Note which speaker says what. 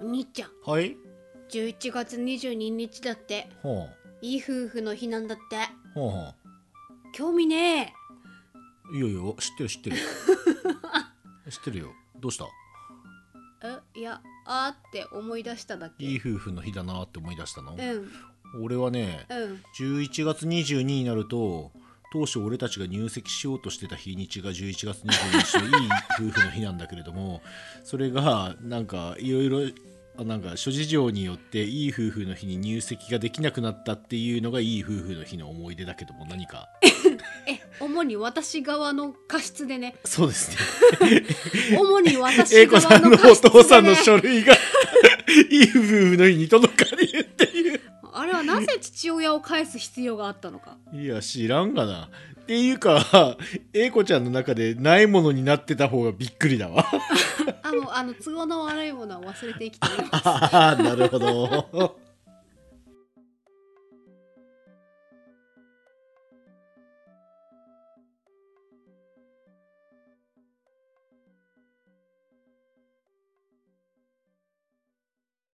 Speaker 1: お兄ちゃん
Speaker 2: はい
Speaker 1: 11月22日だって
Speaker 2: ほ
Speaker 1: いい夫婦の日なんだって
Speaker 2: うほうほ
Speaker 1: 興味ねえ
Speaker 2: ういいよいいよ知ってる知 ってる知ってるよどうした
Speaker 1: えいやあーって思い出しただけ
Speaker 2: いい夫婦の日だなって思い出したの
Speaker 1: うん
Speaker 2: 俺はね
Speaker 1: うん
Speaker 2: 11月22になると当初俺たちが入籍しようとしてた日にちが11月22日のいい夫婦の日なんだけれどもそれがなんかいろいろあなんか諸事情によっていい夫婦の日に入籍ができなくなったっていうのがいい夫婦の日の思い出だけども何か
Speaker 1: え主に私側の過失 でね
Speaker 2: そうですね
Speaker 1: 主に
Speaker 2: 英
Speaker 1: 私
Speaker 2: 子
Speaker 1: 側
Speaker 2: さんの
Speaker 1: の
Speaker 2: お
Speaker 1: 過失で、ね、
Speaker 2: 父さんの書類 がいい夫婦の日に届かねえっていう
Speaker 1: あれはなぜ父親を返す必要があったのか
Speaker 2: いや知らんがなっていうか英子ちゃんの中でないものになってた方がびっくりだわ
Speaker 1: あのあの都合の悪いものは忘れて生きております
Speaker 2: ああ、なるほど。